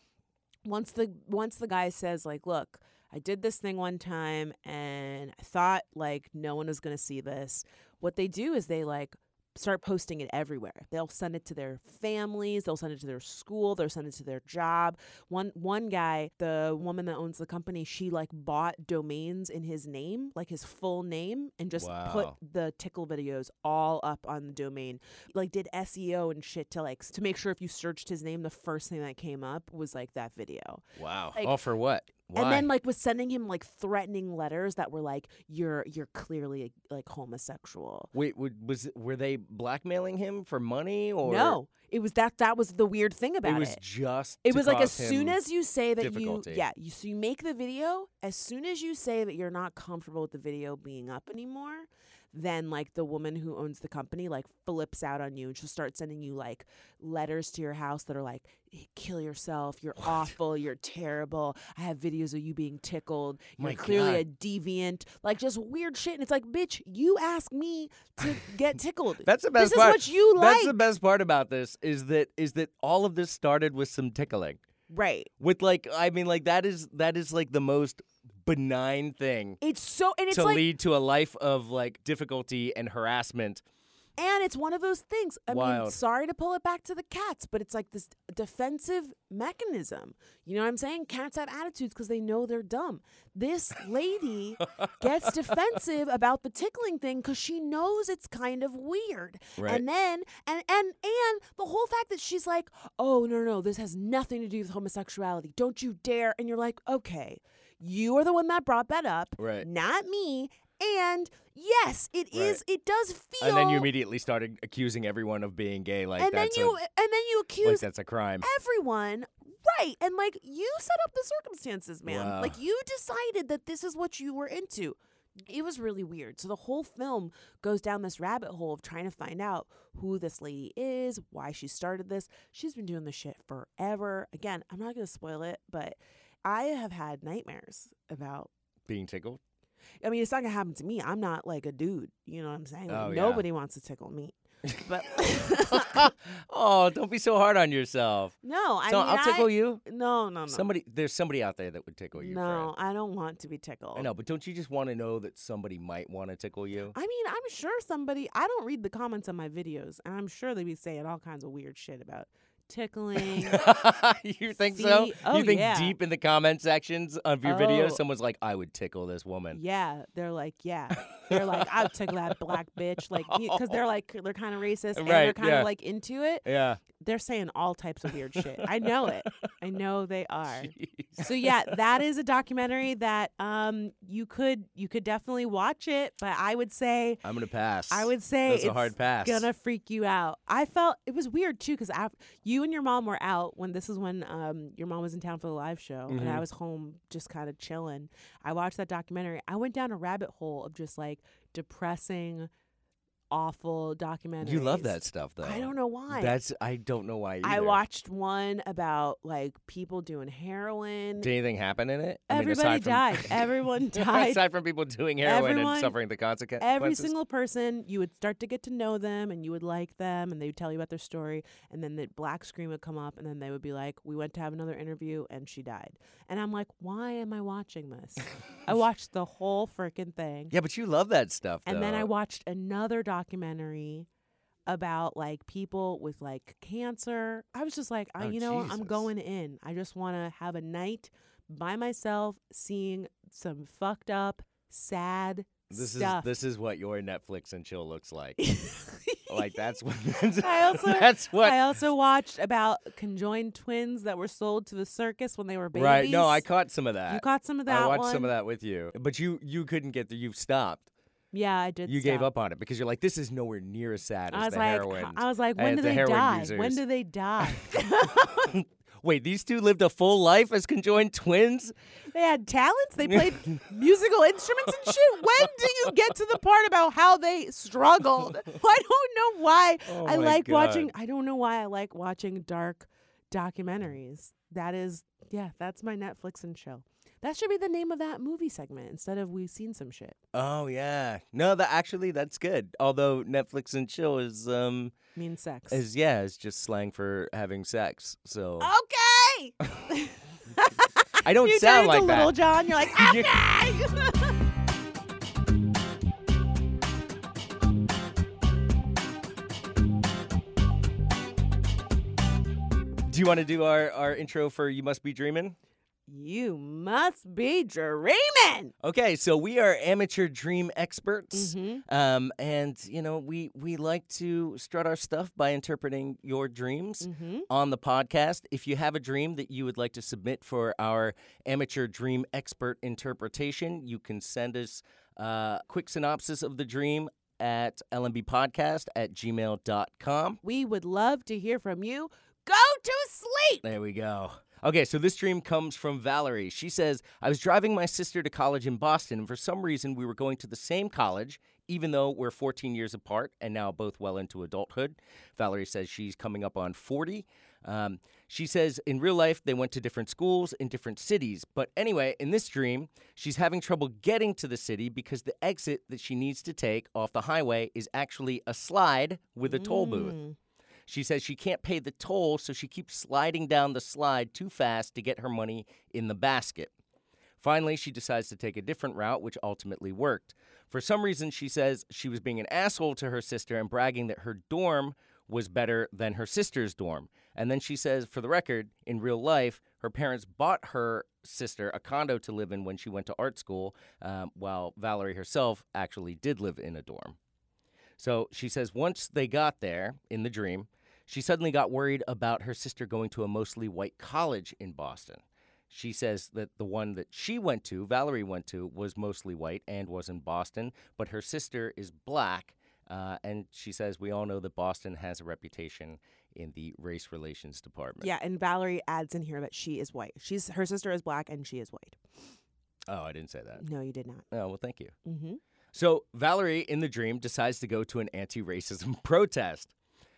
once the once the guy says like, look. I did this thing one time and I thought like no one was going to see this. What they do is they like start posting it everywhere. They'll send it to their families, they'll send it to their school, they'll send it to their job. One one guy, the woman that owns the company, she like bought domains in his name, like his full name and just put Wow. the tickle videos all up on the domain. Like did SEO and shit to like s- to make sure if you searched his name the first thing that came up was like that video. Wow. Like- All for what? Why? And then like was sending him like threatening letters that were like you're you're clearly like homosexual. Wait, would, was it- were they blackmailing him for money or no, it was that. That was the weird thing about It it. was just. It to was like as cause soon him- as you say that difficulty. you yeah you so you make the video as soon as you say that you're not comfortable with the video being up anymore, then like the woman who owns the company like flips out on you and she'll start sending you like letters to your house that are like "Eh, kill yourself you're awful you're terrible i have videos of you being tickled you're My clearly God. a deviant like just weird shit and it's like bitch you asked me to get tickled That's the best this part. is what you like That's the best part about this is that is that all of this started with some tickling. right With like I mean like that is that is like the most benign thing it's so and it's to like lead to a life of like difficulty and harassment. And it's one of those things. I mean, Wild. sorry to pull it back to the cats, but it's like this defensive mechanism. You know what I'm saying? Cats have attitudes because they know they're dumb. This lady gets defensive about the tickling thing because she knows it's kind of weird. Right. And then and and and the whole fact that she's like, "Oh no, no, no, this has nothing to do with homosexuality. Don't you dare!" And you're like, "Okay, you are the one that brought that up, Right. Not me." And yes, it is. Right. It does feel. And then you immediately started accusing everyone of being gay like and then that's you a, and then you like accuse that's a crime. everyone right and like you set up the circumstances man Wow. like you decided that this is what you were into it was really weird so the whole film goes down this rabbit hole of trying to find out who this lady is why she started this she's been doing this shit forever again i'm not going to spoil it but i have had nightmares about Being tickled. I mean, it's not gonna happen to me. I'm not like a dude. You know what I'm saying? Like, Oh, yeah. nobody wants to tickle me. But oh, don't be so hard on yourself. no, I so mean, I'll tickle I- you. No, no, no. Somebody there's somebody out there that would tickle you. No, I don't want to be tickled. Fran. I know, but don't you just want to know that somebody might want to tickle you? I mean, I'm sure somebody. I don't read the comments on my videos, and I'm sure they be saying all kinds of weird shit about tickling. you think so? See? Oh, you think yeah. deep in the comment sections of your Oh. videos, someone's like, "I would tickle this woman." yeah, they're like, yeah, they're like, I'll tickle that black bitch, like, because they're like, they're kind of racist and they're Right, kind of yeah. Eh like into it. Yeah. They're saying all types of weird shit. I know it. I know they are. So yeah, that is a documentary that um you could you could definitely watch it, but I would say I'm gonna pass. I would say That's it's a hard pass. gonna freak you out. I felt it was weird too because you and your mom were out when this is when um, your mom was in town for the live show and Mm-hmm. I was home just kind of chilling. I watched that documentary. I went down a rabbit hole of just like depressing, awful documentaries. you love that stuff, though. I don't know why. That's I don't know why. Either. I watched one about like people doing heroin. Did anything happen in it? I mean, Everybody aside from- died. Everyone died. aside from people doing heroin Everyone- and suffering the consequences. Every single person, you would start to get to know them and you would like them and they would tell you about their story. And then the black screen would come up and then they would be like, We went to have another interview and she died. And I'm like, Why am I watching this? I watched the whole freaking thing. Yeah, but you love that stuff. and then I though. watched another documentary about like people with like cancer. I was just like, I, Oh, you know, what? I'm Jesus. going in. I just want to have a night by myself seeing some fucked up, sad This stuff. is this is what your Netflix and chill looks like. like that's what that's, I also that's what I also watched about conjoined twins that were sold to the circus when they were babies. right. No, I caught some of that. You caught some of that I watched some one? of that with you, but you you couldn't get there. You've stopped. Yeah, I did. You gave stop. up on it because you're like, this is nowhere near as sad I as was the like, heroin. I was like, uh, when do the they heroin die? Users. When do they die? Wait, these two lived a full life as conjoined twins. they had talents. They played musical instruments and shit. When do you get to the part about how they struggled? I don't know why Oh I my like watching. God. I don't know why I like watching dark documentaries. That is, yeah, that's my Netflix and chill. That should be the name of that movie segment instead of we've seen some shit. Oh yeah, no, that actually that's good. Although Netflix and chill is um Mean sex. is yeah is just slang for having sex. So okay. I don't Oh, you sound turn like into that. Little John. You're like, You- okay. Do you want to do our, our intro for You Must Be Dreamin'? you must be dreaming. Okay, so we are amateur dream experts. Mhm. Um, and, you know, we, we like to strut our stuff by interpreting your dreams mm-hmm. on the podcast. If you have a dream that you would like to submit for our amateur dream expert interpretation, you can send us a quick synopsis of the dream at lmbpodcast at gmail.com. We would love to hear from you. Go to sleep. There we go. Okay, so this dream comes from Valerie. She says, I was driving my sister to college in Boston, and for some reason, we were going to the same college, even though we're 14 years apart and now both well into adulthood. Valerie says she's coming up on 40. Um, she says, in real life, they went to different schools in different cities. But anyway, in this dream, she's having trouble getting to the city because the exit that she needs to take off the highway is actually a slide with a toll booth. She says she can't pay the toll, so she keeps sliding down the slide too fast to get her money in the basket. Finally, she decides to take a different route, which ultimately worked. For some reason, she says she was being an asshole to her sister and bragging that her dorm was better than her sister's dorm. And then she says, for the record, in real life, her parents bought her sister a condo to live in when she went to art school, um, while Valerie herself actually did live in a dorm. So she says once they got there in the dream, she suddenly got worried about her sister going to a mostly white college in Boston. She says that the one that she went to, Valerie went to, was mostly white and was in Boston, but her sister is black. Uh, and she says, We all know that Boston has a reputation in the race relations department. Yeah, and Valerie adds in here that she is white. She's her sister is black and she is white. Oh, I didn't say that. No, you did not. Oh, well, thank you. Mm-hmm. So Valerie in the dream decides to go to an anti racism protest.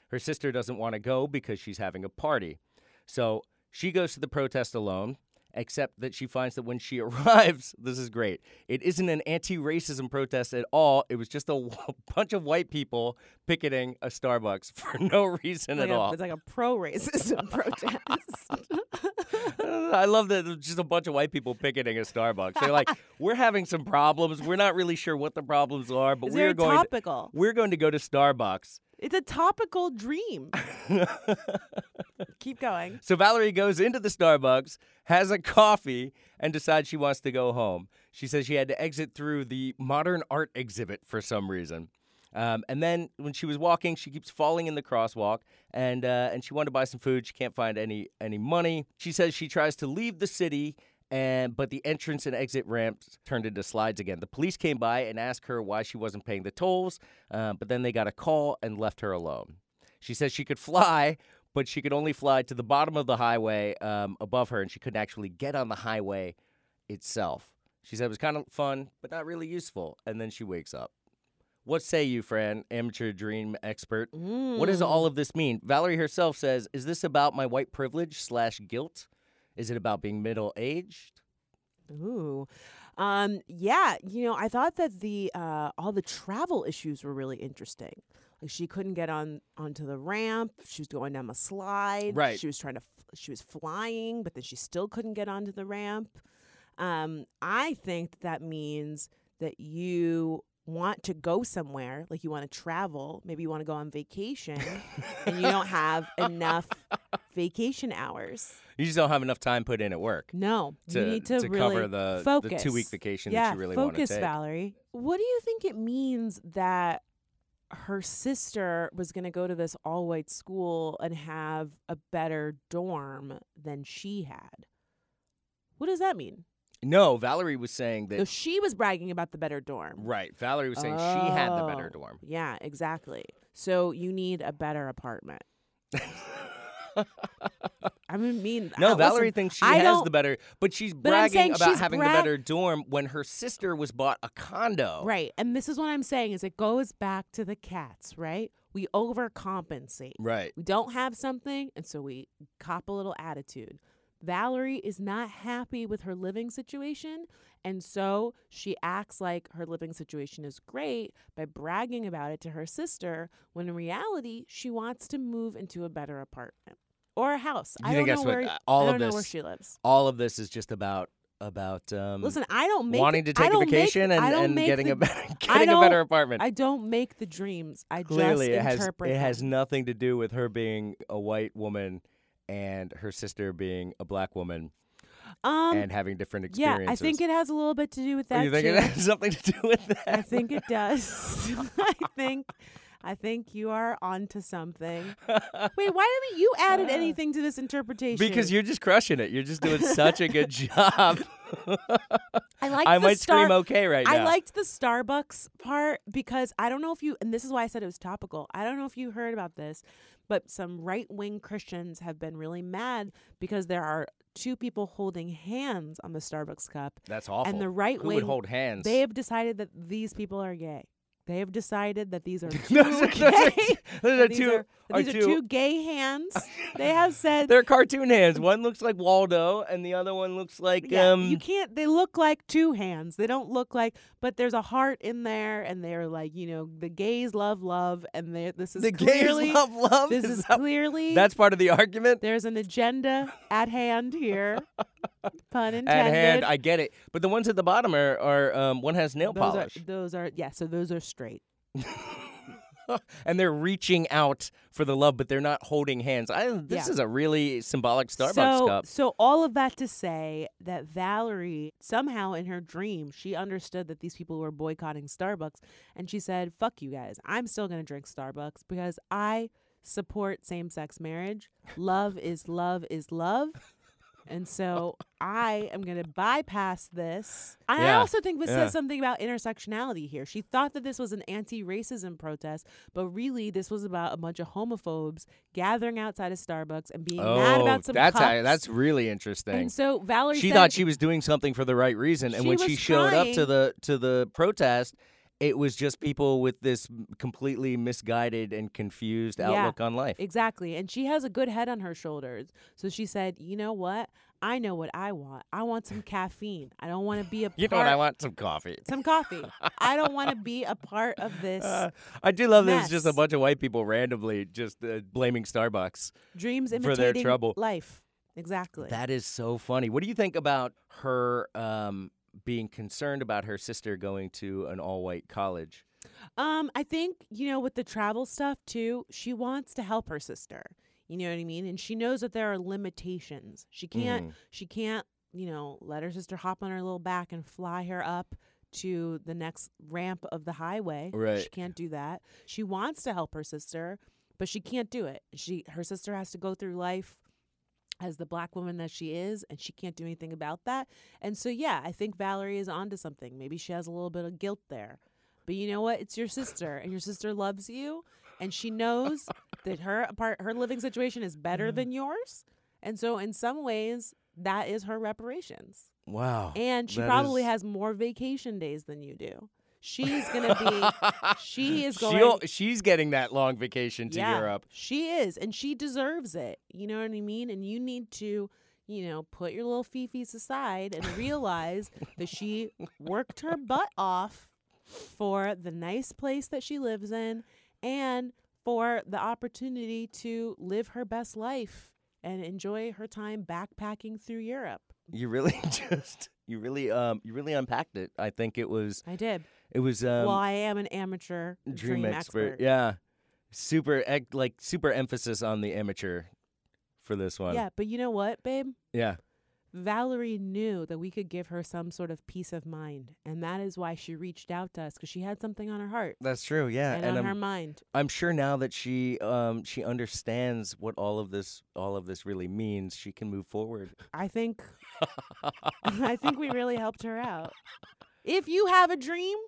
Her sister doesn't want to go because she's having a party. So she goes to the protest alone, except that she finds that when she arrives, this is great. It isn't an anti racism protest at all. It was just a w- bunch of white people picketing a Starbucks for no reason Like at a- all. It's like a pro racism protest. I love that it's just a bunch of white people picketing a Starbucks. They're like, we're having some problems. We're not really sure what the problems are, but it's we're very going to- topical. we're going to go to Starbucks. It's a topical dream. Keep going. So Valerie goes into the Starbucks, has a coffee, and decides she wants to go home. She says she had to exit through the modern art exhibit for some reason. Um, and then when she was walking, she keeps falling in the crosswalk, and uh, and she wanted to buy some food. She can't find any any money. She says she tries to leave the city, and but the entrance and exit ramps turned into slides again. The police came by and asked her why she wasn't paying the tolls, uh, but then they got a call and left her alone. She says she could fly, but she could only fly to the bottom of the highway um, above her, and she couldn't actually get on the highway itself. She said it was kind of fun, but not really useful. And then she wakes up. What say you, Fran, amateur dream expert? What does Hmm. all of this mean? Valerie herself says, "Is this about my white privilege slash guilt? Is it about being middle aged?" Ooh. Um, yeah, you know, I thought that the uh, all the travel issues were really interesting. Like she couldn't get on onto the ramp. She was going down a slide. Right. She was trying to. F- she was flying, but then she still couldn't get onto the ramp. Um, I think that means that you want to go somewhere, like you want to travel. Maybe you want to go on vacation, and you don't have enough vacation hours. You just don't have enough time put in at work. No, to- you need to, to really cover the- the focus. two-week vacation that yeah, you really wanna focus, take. Valerie. What do you think it means that her sister was going to go to this all-white school and have a better dorm than she had? What does that mean? No, Valerie was saying that. So she was bragging about the better dorm. right, Valerie was saying she had the better Oh, dorm. Yeah, exactly. So you need a better apartment. I mean, mean No, uh, Valerie listen, thinks she I has don't- the better, but she's But I'm bragging saying about she's having the brag- better dorm when her sister was bought a condo. Right. And this is what I'm saying is it goes back to the cats, right? We overcompensate. Right. We don't have something, and so we cop a little attitude. Valerie is not happy with her living situation, and so she acts like her living situation is great by bragging about it to her sister, when in reality, she wants to move into a better apartment or a house. You I think don't that's know what, where uh, all I of don't know where this- she lives. All of this is just about about um, Listen, I don't make wanting to it- take I a don't make- vacation I and, don't and make getting the- a better I getting a better don't- apartment. I don't make the dreams. I Clearly, it just has interpret. it has them. nothing to do with her being a white woman and her sister being a black woman Um, and having different yeah, experiences. I think it has a little bit to do with Oh, that. you think too. it has something to do with that? I think it does. I think I think you are onto something. Wait, why haven't you added anything to this interpretation? Because you're just crushing it. You're just doing such a good job. I like. I the might star- scream okay right I now. liked the Starbucks part because I don't know if you, and this is why I said it was topical. I don't know if you heard about this, but some right wing Christians have been really mad because there are two people holding hands on the Starbucks cup. That's awful. And the right Who wing. would hold hands? They have decided that these people are gay. They have decided that these are two Those are- those are gay. two- those that are these two- are- that are these are two- two gay hands. They have said They're cartoon hands. One looks like Waldo, and the other one looks like Yeah, um. you can't. They look like two hands. They don't look like, but there's a heart in there, and they're like, you know, the gays love love, and they- this is the clearly gays love love. this is is that- clearly that's part of the argument. there's an agenda at hand here, pun intended. At hand, I get it. But the ones at the bottom are, are um, one has nail those polish, are those are yeah. So those are straight. and they're reaching out for the love, but they're not holding hands. I, this Yeah. is a really symbolic Starbucks so, cup. So all of that to say that Valerie somehow in her dream she understood that these people were boycotting Starbucks and she said, "Fuck you guys. I'm still going to drink Starbucks because I support same-sex marriage. Love is love is love." And so I am going to bypass this. I I Yeah, also think this yeah. says something about intersectionality here. She thought that this was an anti-racism protest, but really this was about a bunch of homophobes gathering outside of Starbucks and being Oh, mad about some that's cups. that's really interesting. And so Valerie she said, thought she was doing something for the right reason, and She when was she showed up to trying. the to the protest, it was just people with this m- completely misguided and confused Yeah. outlook on life. exactly, and she has a good head on her shoulders. So she said, "You know what? I know what I want. I want some caffeine. I don't want to be a You know part what? I want some coffee. some coffee. I don't want to be a part of this Uh, I do love that it's just a mess. bunch of white people randomly just uh, blaming Starbucks. dreams for imitating their trouble. life." Exactly. That is so funny. What do you think about her um, being concerned about her sister going to an all white college? Um, I think, you know, with the travel stuff too, she wants to help her sister. You know what I mean? And she knows that there are limitations. She can't Mm. she can't, you know, let her sister hop on her little back and fly her up to the next ramp of the highway. She Right. can't do that. She wants to help her sister, but she can't do it. She her sister has to go through life as the black woman that she is, and she can't do anything about that. And so, yeah, I think Valerie is onto something. Maybe she has a little bit of guilt there. But you know what? It's your sister, and your sister loves you, and she knows that her apart her living situation is better than yours. And so, in some ways, that is her reparations. Wow. And she That probably is- has more vacation days than you do. She's gonna be. she is going. She'll, she's getting that long vacation to Europe. She is, and she deserves it. You know what I mean? And you need to, you know, put your little fifis aside and realize that she worked her butt off for the nice place that she lives in and for the opportunity to live her best life and enjoy her time backpacking through Europe. You really just you really um you really unpacked it. I think it was I did. it was um well, I am an amateur dream, expert. Yeah. Super ec- like super emphasis on the amateur for this one. yeah, but you know what, babe? Yeah. Valerie knew that we could give her some sort of peace of mind, and that is why she reached out to us because she had something on her heart That's true. Yeah. and, and on I'm, her mind. I'm sure now that she um she understands what all of this all of this really means, she can move forward. I think, I think we really helped her out. If you have a dream,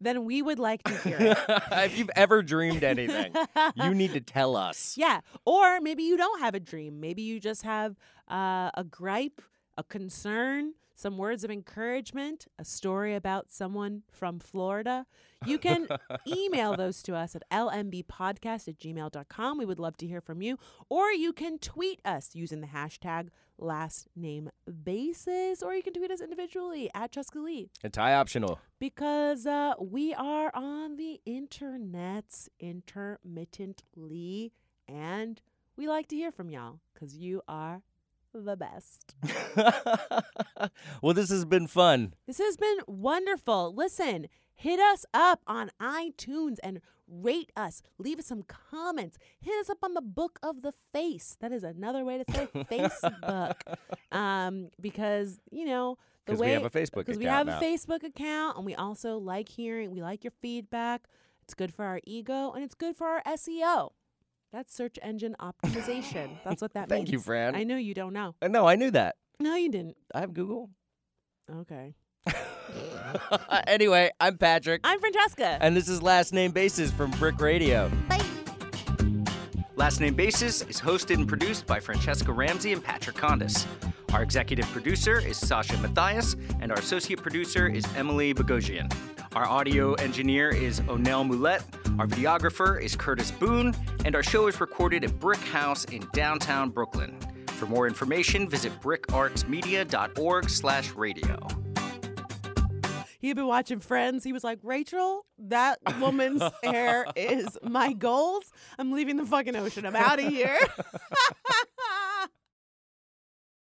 then we would like to hear it. if you've ever dreamed anything, you need to tell us. Yeah, or maybe you don't have a dream. Maybe you just have uh, a gripe, a concern, some words of encouragement, a story about someone from Florida. You can email those to us at lmbpodcast at gmail.com. We would love to hear from you. Or you can tweet us using the hashtag last name basis, or you can tweet us individually at Jessica Lee It's high optional. because uh, we are on the internets intermittently, and we like to hear from y'all because you are the best. well, this has been fun. This has been wonderful. Listen, hit us up on iTunes and rate us. Leave us some comments. Hit us up on the Book of the Face. That is another way to say Facebook, um, because you know the 'Cause way we have a Facebook because we have account a now. Facebook account, and we also like hearing. We like your feedback. It's good for our ego and it's good for our SEO. That's search engine optimization. That's what that means. Thank you, Fran. I know you don't know. Uh, no, I knew that. No, you didn't. I have Google. Okay. Uh, anyway, I'm Patrick. I'm Francesca. and this is Last Name Basis from Brick Radio. Last Name Basis is hosted and produced by Francesca Ramsey and Patrick Condis. Our executive producer is Sasha Mathias, and our associate producer is Emily Bogosian. Our audio engineer is Onel Moulet. Our videographer is Curtis Boone, and our show is recorded at Brick House in downtown Brooklyn. For more information, visit brickartsmedia.org/radio. he had been watching Friends. He was like, Rachel, that woman's hair is my goals. I'm leaving the fucking ocean. I'm out of here.